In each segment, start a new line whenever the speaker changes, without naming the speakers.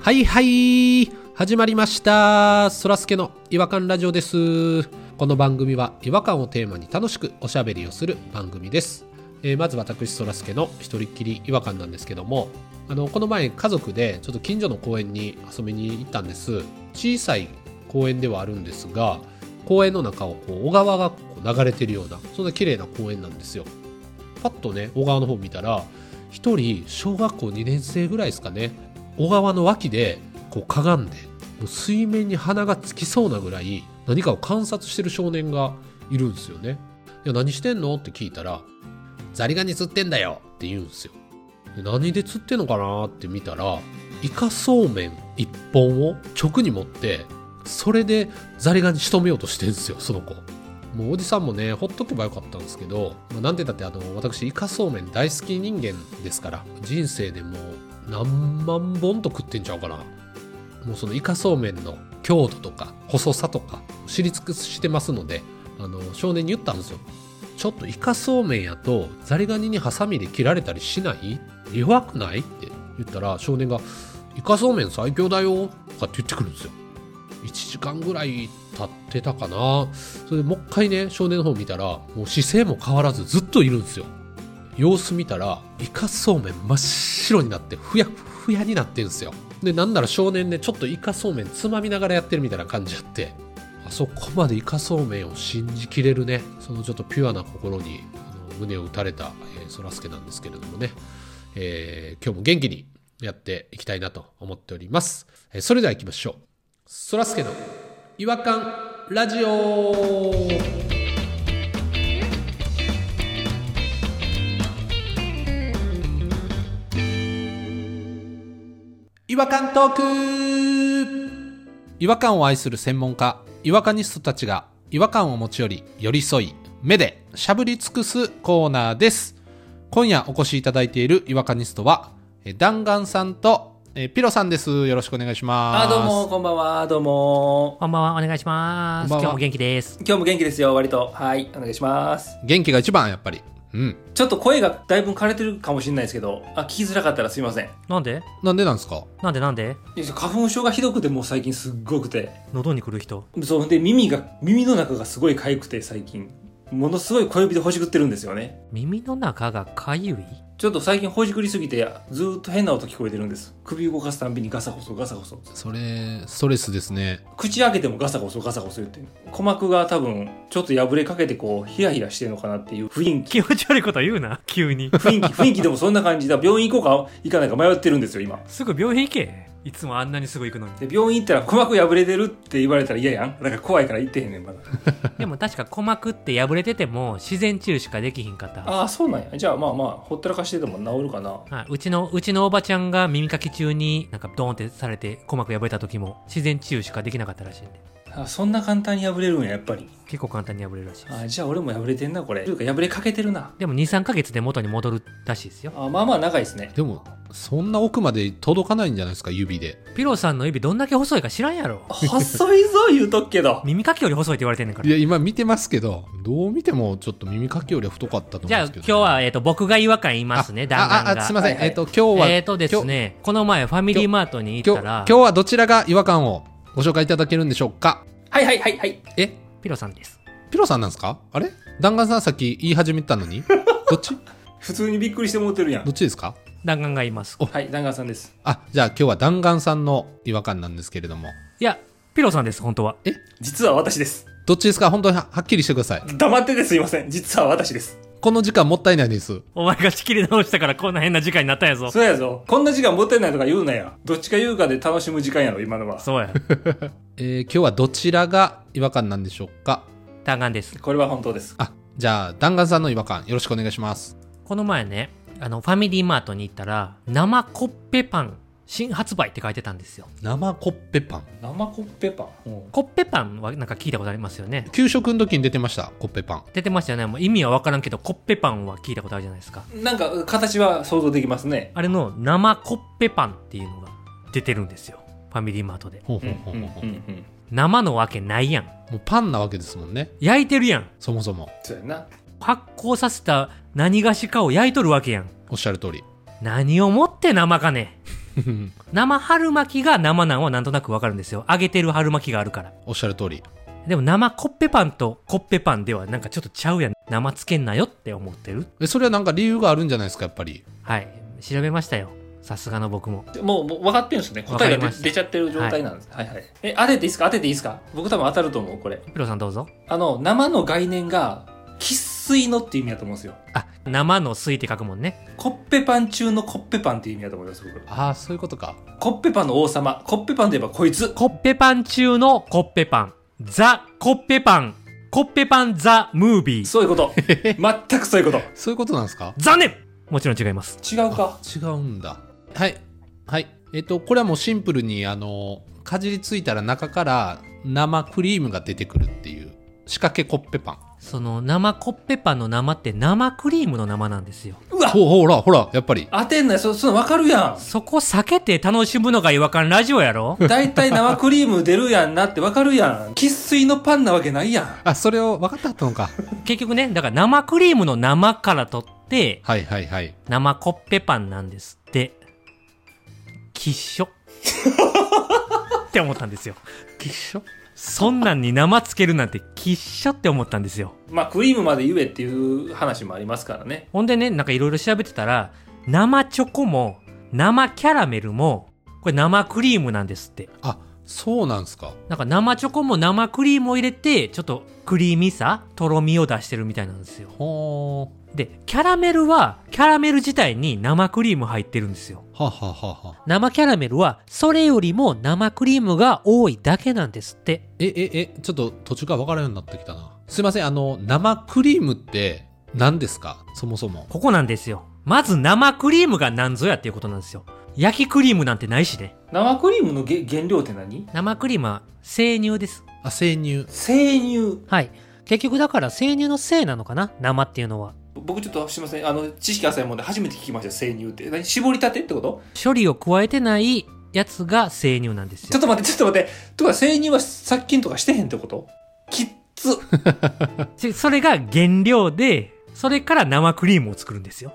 はいはい始まりましたそらすけの違和感ラジオですこの番組は違和感をテーマに楽しくおしゃべりをする番組です、えーまず私そらすけの一人っきり違和感なんですけどもあのこの前家族でちょっと近所の公園に遊びに行ったんです小さい公園ではあるんですが公園の中をこう小川がこう流れてるようなそんな綺麗な公園なんですよパッとね小川の方見たら一人小学校2年生ぐらいですかね小川の脇でこうかがんでもう水面に鼻がつきそうなぐらい何かを観察してる少年がいるんですよね。いや何してんのって聞いたら「ザリガニ釣ってんだよ」って言うんですよ。で何で釣ってんのかなって見たらイカそうめん1本を直に持ってそれでザリガニ仕留めようとしてんですよその子。もうおじさんもねほっとけばよかったんですけど、まあ、なんでだってあの私イカそうめん大好き人間ですから人生でもう何万本と食ってんちゃうかなもうそのイカそうめんの強度とか細さとか知り尽くしてますのであの少年に言ったんですよちょっとイカそうめんやとザリガニにハサミで切られたりしない弱くないって言ったら少年が「イカそうめん最強だよ」とかって言ってくるんですよ1時間ぐらい経ってたかなそれでもう一回ね少年の方見たらもう姿勢も変わらずずっといるんですよ様子見たらイカそうめん真っ白になってふやふやになってんすよでなんなら少年ねちょっとイカそうめんつまみながらやってるみたいな感じあってあそこまでイカそうめんを信じきれるねそのちょっとピュアな心にあの胸を打たれた、えー、そらすけなんですけれどもね、えー今日も元気にやっていきたいなと思っております、えーそれでは行きましょうそらすけの違和感ラジオ違和感トーク違和感を愛する専門家違和感ニストたちが違和感を持ち寄り寄り添い目でしゃぶり尽くすコーナーです今夜お越しいただいている違和感ニストはえ弾丸さんとえピロさんですよろしくお願いします
あ、どうも、こんばんは、どうも。
こんばんは、お願いします。
こんばんは
今日も元気です。
今日も元気ですよ、割と。はい、お願いします。
元気が一番やっぱりうん
ちょっと声がだいぶ枯れてるかもしれないですけど、あ、聞きづらかったらすいません。
なんで
なんでなんですか
なんでなんで
いや花粉症がひどくて、もう最近すっごくて。
喉に来る人。
そう、で、耳が、耳の中がすごい痒くて、最近。ものすごい小指でほじくってるんですよね。
耳の中がかゆい
ちょっと最近ほじくりすぎて、ずーっと変な音聞こえてるんです。首動かすたんびにガサゴソガサゴソ。
それストレスですね
口開けてもガサゴソガサゴソ言ってる鼓膜が多分、ちょっと破れかけてこう、ヒヤヒヤしてるのかなっていう雰囲気。。
気持ち悪いこと言うな、急に
雰囲気、 雰囲気でもそんな感じだ。病院行こうか、行かないか迷ってるんですよ、今。
すぐ病院行け。いつもあんなにすぐ行く のに。
で、病院行ったら鼓膜破れてるって言われたら嫌やん。だから怖いから行ってへんねん、まだ。
でも確か鼓膜って破れてても自然治癒しかできひんかった。
ああ、そうなんや。じゃあまあまあ、ほったらかしてても治るかな。
はいうちの、うちのおばちゃんが耳かき中になんかドーンってされて鼓膜破れた時も自然治癒しかできなかったらしいんで。
あそんな簡単に破れるんや、やっぱり。
結構簡単に破れるらしいです。
あじゃあ俺も破れてんな、これ。というか破れかけてるな。
でも2、3ヶ月で元に戻るらしいですよ。
あまあまあ長いですね。
でもそんな奥まで届かないんじゃないですか指で
ピロさんの指どんだけ細いか知らんやろ。
細いぞ、言うとくけど。
耳かきより細いって言われてんねんから
い。や今見てますけどどう見てもちょっと耳かきよりは太かったと思うん
じゃあ
ですけ
今
ど
日は、えっと僕が違和感言いますね、弾
あ
丸
あ
が。
あすいません、
はいはい
えっ、と今日は
えっ、とですね、この前ファミリーマートに行
今
っ
日
たら
今、日はどちらが違和感をご紹介いただけるんでしょうか
はいはいはいはい。
え
ピロさんです。
ピロさんなんですかあれ弾丸さんさっき言い始めたの にどっち
普通にびっくりしてもうてるやん
どっ。ちですか
弾丸が言います。
はい、弾丸さんです。
あじゃあ今日は弾丸さんの違和感なんですけれども
いや、ピロさんです、本当は。
実は私です。
どっちですか本当にははっきりしてください
黙っててすいません。実は私です。
この時間もったいないです
お前が仕切り直したからこんな変な時間になったんやぞ。
そうやぞ。こんな時間もったいないとか言うなや。どっちか言うかで楽しむ時間やろ、今のは。
そうや。
えー今日はどちらが違和感なんでしょうか
弾丸です。
これは本当です。
あじゃあ弾丸さんの違和感よろしくお願いします
この前ね、あの、ファミリーマートに行ったら、生コッペパン新発売って書いてたんですよ。
生コッペパン
生コッペパン、
コッペパンはなんか聞いたことありますよね。
給食の時に出てましたコッペパン
出てましたよね。もう意味はわからんけど、コッペパンは聞いたことあるじゃないですか。
なんか形は想像できますね
あれの生コッペパンっていうのが出てるんですよ。ファミリーマートで。
ほうほうほうほうほう
うん
生のわけないやん。
もうパンなわけですもんね
焼いてるやん。
そもそも
そうやな
発酵させた何がしかを焼いとるわけやん。
おっしゃる通り
何をもって生かね。生春巻きが生なんはなんとなくわかるんですよ。揚げてる春巻きがあるから。
おっしゃる通り。
でも生コッペパンとコッペパンではなんかちょっとちゃうやん。生つけんなよって思ってる。
えそれはなんか理由があるんじゃないですか、やっぱり。
はい。調べましたよ。さすがの僕も。
もうもう分かってるんですね答え
分かり
が
ま
出
した
出ちゃってる状態なんです、はい、はいえ当てていいですか当てていいですか僕多分当たると思うこれ
ピロさんどうぞ。
あの生の概念が生粋のっていう意味だと思うんですよ
あ、生の水って書くもんね。
コッペパン中のコッペパンっていう意味だと思います僕
ああ、そういうことか。
コッペパンの王様コッペパンといえばこいつ
コッペパン中のコッペパン。ザ・コッペパン。コッペパン・ザ・ムービー。
そういうこと 全くそういうこと
そういうことなんですか
残念もちろん違います。
違うか
違うんだ。はい。はい。えっと、これはもうシンプルに、あの、かじりついたら中から生クリームが出てくるっていう、仕掛けコッペパン。
その生コッペパンの生って生クリームの生なんですよ。
うわ
ほうほら、ほら、やっぱり。
当てんなよそその分かるや
そこ避けて楽しむのが違和感ラジオ やろ
ん大体生クリーム出るやんなって分かるやん生粋のパンなわけないやん
あ、それを分かったのか。
結局ね、だから生クリームの生から取って、
はいはいはい。
生コッペパンなんですって。きっしょ。って思ったんですよ。
きっしょ
そんなんに生つけるなんてきっしょって思ったんですよ。
まあクリームまで言えっていう話もありますからね
ほんでね、なんかいろいろ調べてたら、生チョコも、生キャラメルも、これ生クリームなんですって。
あ、そうなんですか。
なんか生チョコも生クリームを入れて、ちょっとクリーミーさ、とろみを出してるみたいなんですよ。
ほー。
で、キャラメルは、キャラメル自体に生クリーム入ってるんですよ。
はあはあはあはあ
生キャラメルは、それよりも生クリームが多いだけなんですって。
え、え、え、ちょっと途中から分からんようになってきたな。すいません、あの、生クリームって何ですかそもそも。
ここなんですよ。まず生クリームが何ぞやっていうことなんですよ。焼きクリームなんてないしね。
生クリームのげ原料って何
生クリームは生乳です。
あ、生乳。
生乳
はい。結局だから生乳の生なのかな生っていうのは。
僕ちょっとすいませんあの知識浅いもんで初めて聞きました生乳って何絞りたてってこと
処理を加えてないやつが生乳なんです
ちょ
よ
っ。と待ってちょっと待ってとか生乳は殺菌とかしてへんってこときっつ
ちそれが原料で、それから生クリームを作るんですよ。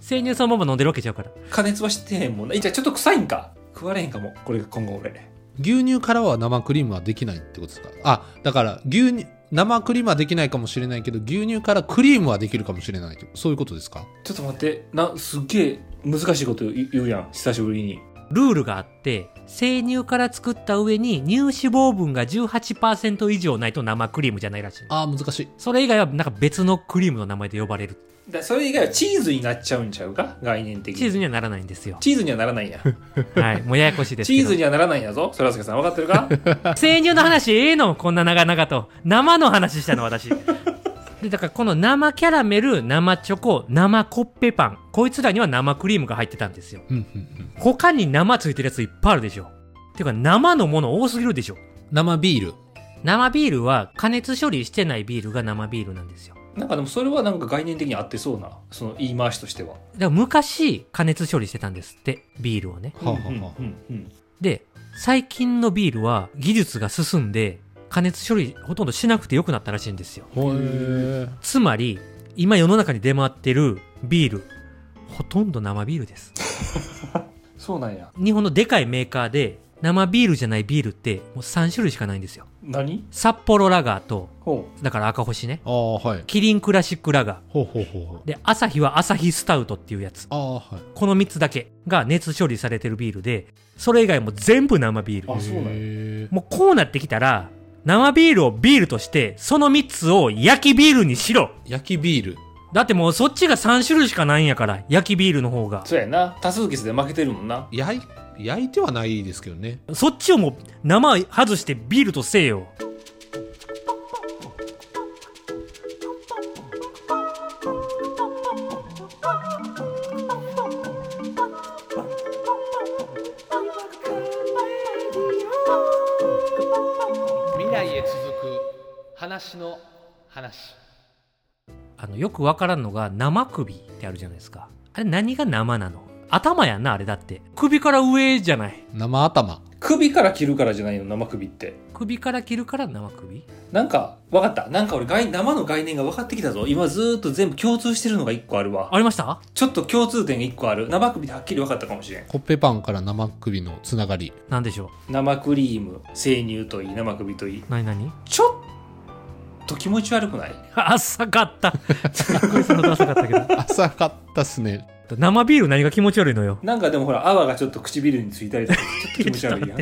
生乳そのまま飲んでるわけちゃうから。
加熱はしてへんもんなじゃあちょっと臭いんか食われへんかもこれが今後俺
牛乳からは生クリームはできないってことですかあ、だから牛乳、生クリームはできないかもしれないけど、牛乳からクリームはできるかもしれないと。そういうことですか
ちょっと待ってなすっげえ難しいこと言う言うやん久しぶりに
ルールがあって、生乳から作った上に乳脂肪分が18%以上ないと生クリームじゃないらしい。
あー、難しい。
それ以外はなんか別のクリームの名前で呼ばれる。
だそれ以外はチーズになっちゃうんちゃうか概念的に
チーズにはならないんで すよ。
チーズにはならないんや
はい。もうややこしいです
チ
け
ー
ど。
ズにはならないんやぞそらすけさん分かってるか
生乳の話ええのこんな長々と。生の話したの 私。で、だからこの生キャラメル、生チョコ、生コッペパン。こいつらには生クリームが入ってたんですよ。
うんうんうん。
他に生ついてるやついっぱいあるでしょ。てか生のもの多すぎるでしょ。
生ビール。
生ビールは加熱処理してないビールが生ビールなんですよ。
なんかでもそれはなんか概念的に合ってそうなその言い回しとしては
だから昔加熱処理してたんですって、ビールをね。
はあ、はあはあ
うんうんうん
で、最近のビールは技術が進んで加熱処理ほとんどしなくて良くなったらしいんですよ。
ほえ。
つまり、今世の中に出回ってるビール、ほとんど生ビールです。
そうなんや
日本のでかいメーカーで生ビールじゃないビールってもう3種類しかないんですよ。
何
札幌ラガーと、
ほ
だから赤星ね。
ああ、はい。
キリンクラシックラガー。
ほうほうほうほう。
で、アサヒはアサヒスタウトっていうやつ。
ああ、はい。
この3つだけが熱処理されてるビールで、それ以外も全部生ビール。
あそうなんや
へー
もうこうなってきたら、生ビールをビールとして、その3つを焼きビールにしろ
焼きビール。
だってもうそっちが3種類しかないんやから、焼きビールの方が。
そうやな多数決で負けてるもんな
焼い、焼いてはないですけどね。
そっちをもう生外してビールとせえよ。
未来へ続く話の話。
あの、よくわからんのが生首ってあるじゃないですか。あれ何が生なの頭やんな、あれだって。首から上じゃない。
生頭。
首から切るからじゃないの生首って
首から切るから生首
なんか分かったなんか俺概生の概念が分かってきたぞ今ずーっと全部共通してるのが1個あるわ
ありました
ちょっと共通点が1個ある生首ではっきり分かったかもしれん
コッペパンから生首のつなが り
なんでしょ
生クリーム生乳といい生首といいう
なになに
ちょっと気持ち悪くない
浅か った。びっくりするのと浅かったけど。
浅かったっすね
生ビール何が気持ち悪いのよ。
なんかでもほら泡がちょっと唇についたりとかちょっと気持ち悪いや ん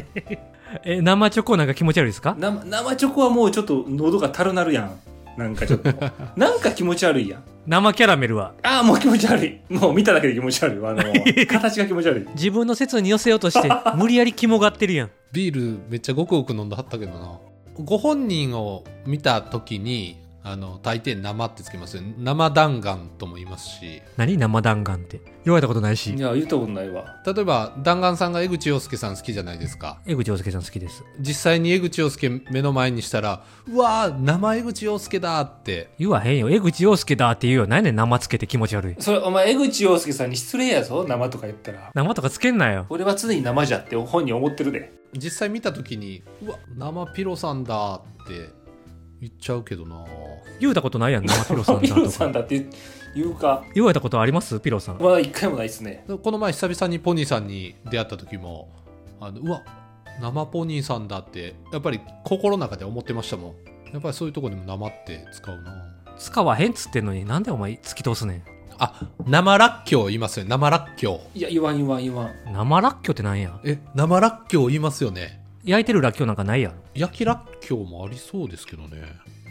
え、生チョコなんか気持ち悪いですか
生生チョコはもうちょっと喉がたるなるやんなんかち ょっとなんか気持ち悪いやん
生キャラメルは。
ああもう気持ち悪いもう見ただけで気持ち悪いわあ の形が気持ち悪い
自分の説に寄せようと して、無理やり肝がってるやん。
ビールめっちゃごくごく飲んだはったけどなご本人を見た時にあの大抵生ってつけますよね生弾丸とも言いますし
何生弾丸って。言われたことないし
い。や言ったことないわ
例えば弾丸さんが江口洋介さん好きじゃないですか
江口洋介さん好きです。
実際に江口洋介目の前にしたらうわー生江口洋介だって
言わへんよ。江口洋介だって言うよ。何やねん生つけて気持ち悪い。
それお前江口洋介さんに失礼やぞ生とか言ったら
生とかつけんなよ。
俺は常に生じゃって本人思ってるで
実際見た時にうわ生ピロさんだって言っちゃうけどな
言うたことないやん、生ピロさん
ピ
だと
ロさ
か
ん。だって言うか
言われたことありますピロさん。
まだ一回もないっすね
この前久々にポニーさんに出会った時もあのうわ生ポニーさんだってやっぱり心の中で思ってましたもんやっぱりそういうとこでも生って使うな
使わへんっつってんのになんでお前突き通すねん。
あ生らっきょう言いますよね生らっきょう
いや言わん言わん言わん
生らっきょうってなんや
え生らっきょう言いますよね
焼いてるらっきょうなんかないやろ。
焼きらっきょうもありそうですけどね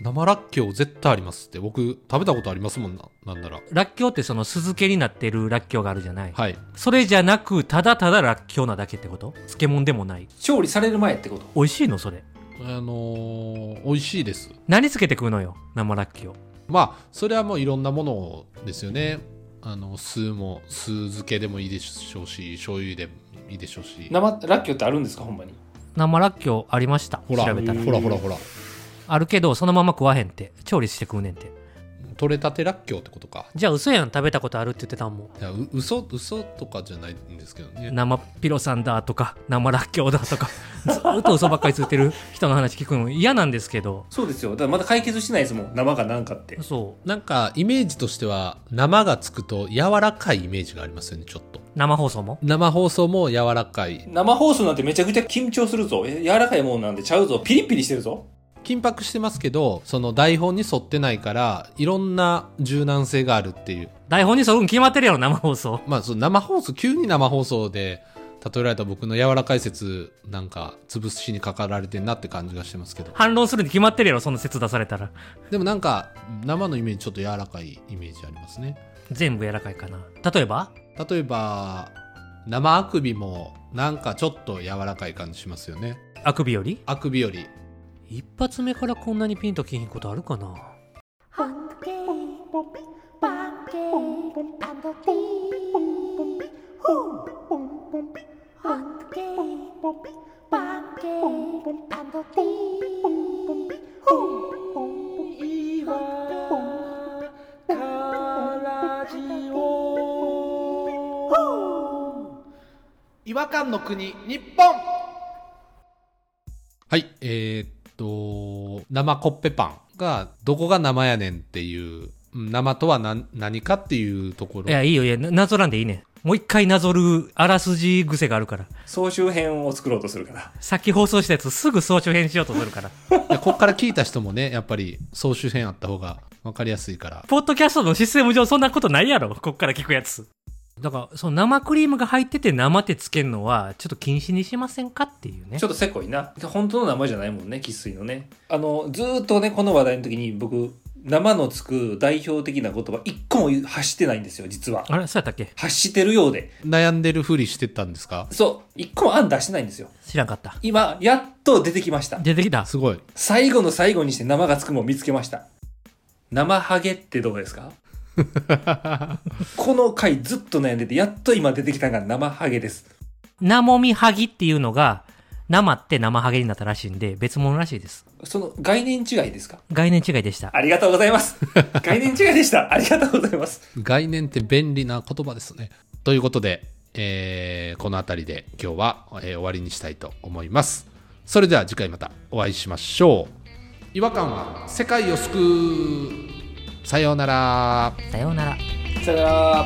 生らっきょう絶対ありますって僕食べたことありますもんななんなら
らっきょうってその酢漬けになってるらっきょうがあるじゃない。
はい
それじゃなく、ただただらっきょうなだけってこと漬物でもない。
調理される前ってこと
美味しいのそれ。
あのー美味しいです
何つけて食うのよ生らっきょう。
まあそれはもういろんなものですよねあの酢も酢漬けでもいいでしょうし醤油でもいいでしょうし
生ラッキョってあるんですかほんまに
生らっきょうありました。
ほら
調べたら。
ほらほらほら
あるけど、そのまま食わへんって。調理して食うねんて。
取れたてらっきょうってことか
じゃあ嘘やん、食べたことあるって言ってたもん。
いやう嘘嘘とかじゃないんですけどね
生ピロさんだとか、生らっきょう だとか、ずーっと嘘ばっかりついてる人の話聞くの嫌なんですけど。
そうですよだからまだ解決してないですもん生かなんかって
そう。
なんかイメージとしては生がつくと柔らかいイメージがありますよねちょっと
生放送も
生放送も柔らかい
生放送なんてめちゃくちゃ緊張するぞえ柔らかいもんなんでちゃうぞピリピリしてるぞ
緊迫してますけどその台本に沿ってないからいろんな柔軟性があるっていう
台本に沿うん決まってるやろ、生放送。
まあその生放送急に生放送で例えられた僕の柔らかい説なんか潰しにかかられてんなって感じがしてますけど
反論するに決まってるやろ、その説出されたら。
でもなんか生のイメージちょっと柔らかいイメージありますね
全部柔らかいかな。例えば
例えば生あくびもなんかちょっと柔らかい感じしますよね
あくびより
あくびより
一発目からこんなにピンときひんことあるかな
Hunky,
違和感の国日本はいえーっと生コッペパンがどこが生やねんっていううん生とは何何かっていうところ
いや、いいよ、いや、ななぞらんでいいね。もう一回なぞるあらすじ癖があるから。
総集編を作ろうとするから
さっき放送したやつすぐ総集編しようとするから。
いやこっから聞いた人もねやっぱり総集編あった方が分かりやすいから
ポッドキャストのシステム上そんなことないやろ、こっから聞くやつ。だから、その生クリームが入ってて生手つけるのは、ちょっと禁止にしませんかっていうね
ちょ。っとせこいな。本当の生じゃないもんね、生粋のね。あの、ずーっとね、この話題の時に僕、生のつく代表的な言葉、一個も言う発してないんですよ、実は。
あれそうやったっけ
発してるようで。
悩んでるふりしてたんですか
そう、一個も案出してないんですよ。
知らんかった。
今、やっと出てきました。
出てきた。
すごい
最後の最後にして生がつくもん見つけました。生ハゲってどうですかこの回ずっと悩んでて、やっと今出てきたのが生ハゲです。
なもみはぎっていうのが、生って生ハゲになったらしいんで、別物らしいです。
その概念違いですか
概念違いでした。
ありがとうございます。概念違いでした。ありがとうございます。
概念って便利な言葉ですねということで、えーこの辺りで今日は、えー終わりにしたいと思いますそれでは次回またお会いしましょう違和感は世界を救うさようなら
さようなら
さよなら。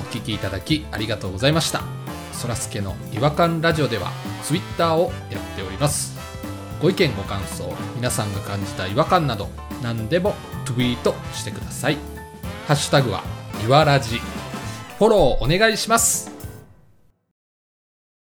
お聞きいただきありがとうございましたそらすけの違和感ラジオではツイッターをやっておりますご意見ご感想皆さんが感じた違和感など何でもツイートしてくださいハッシュタグはいわらじフォローお願いします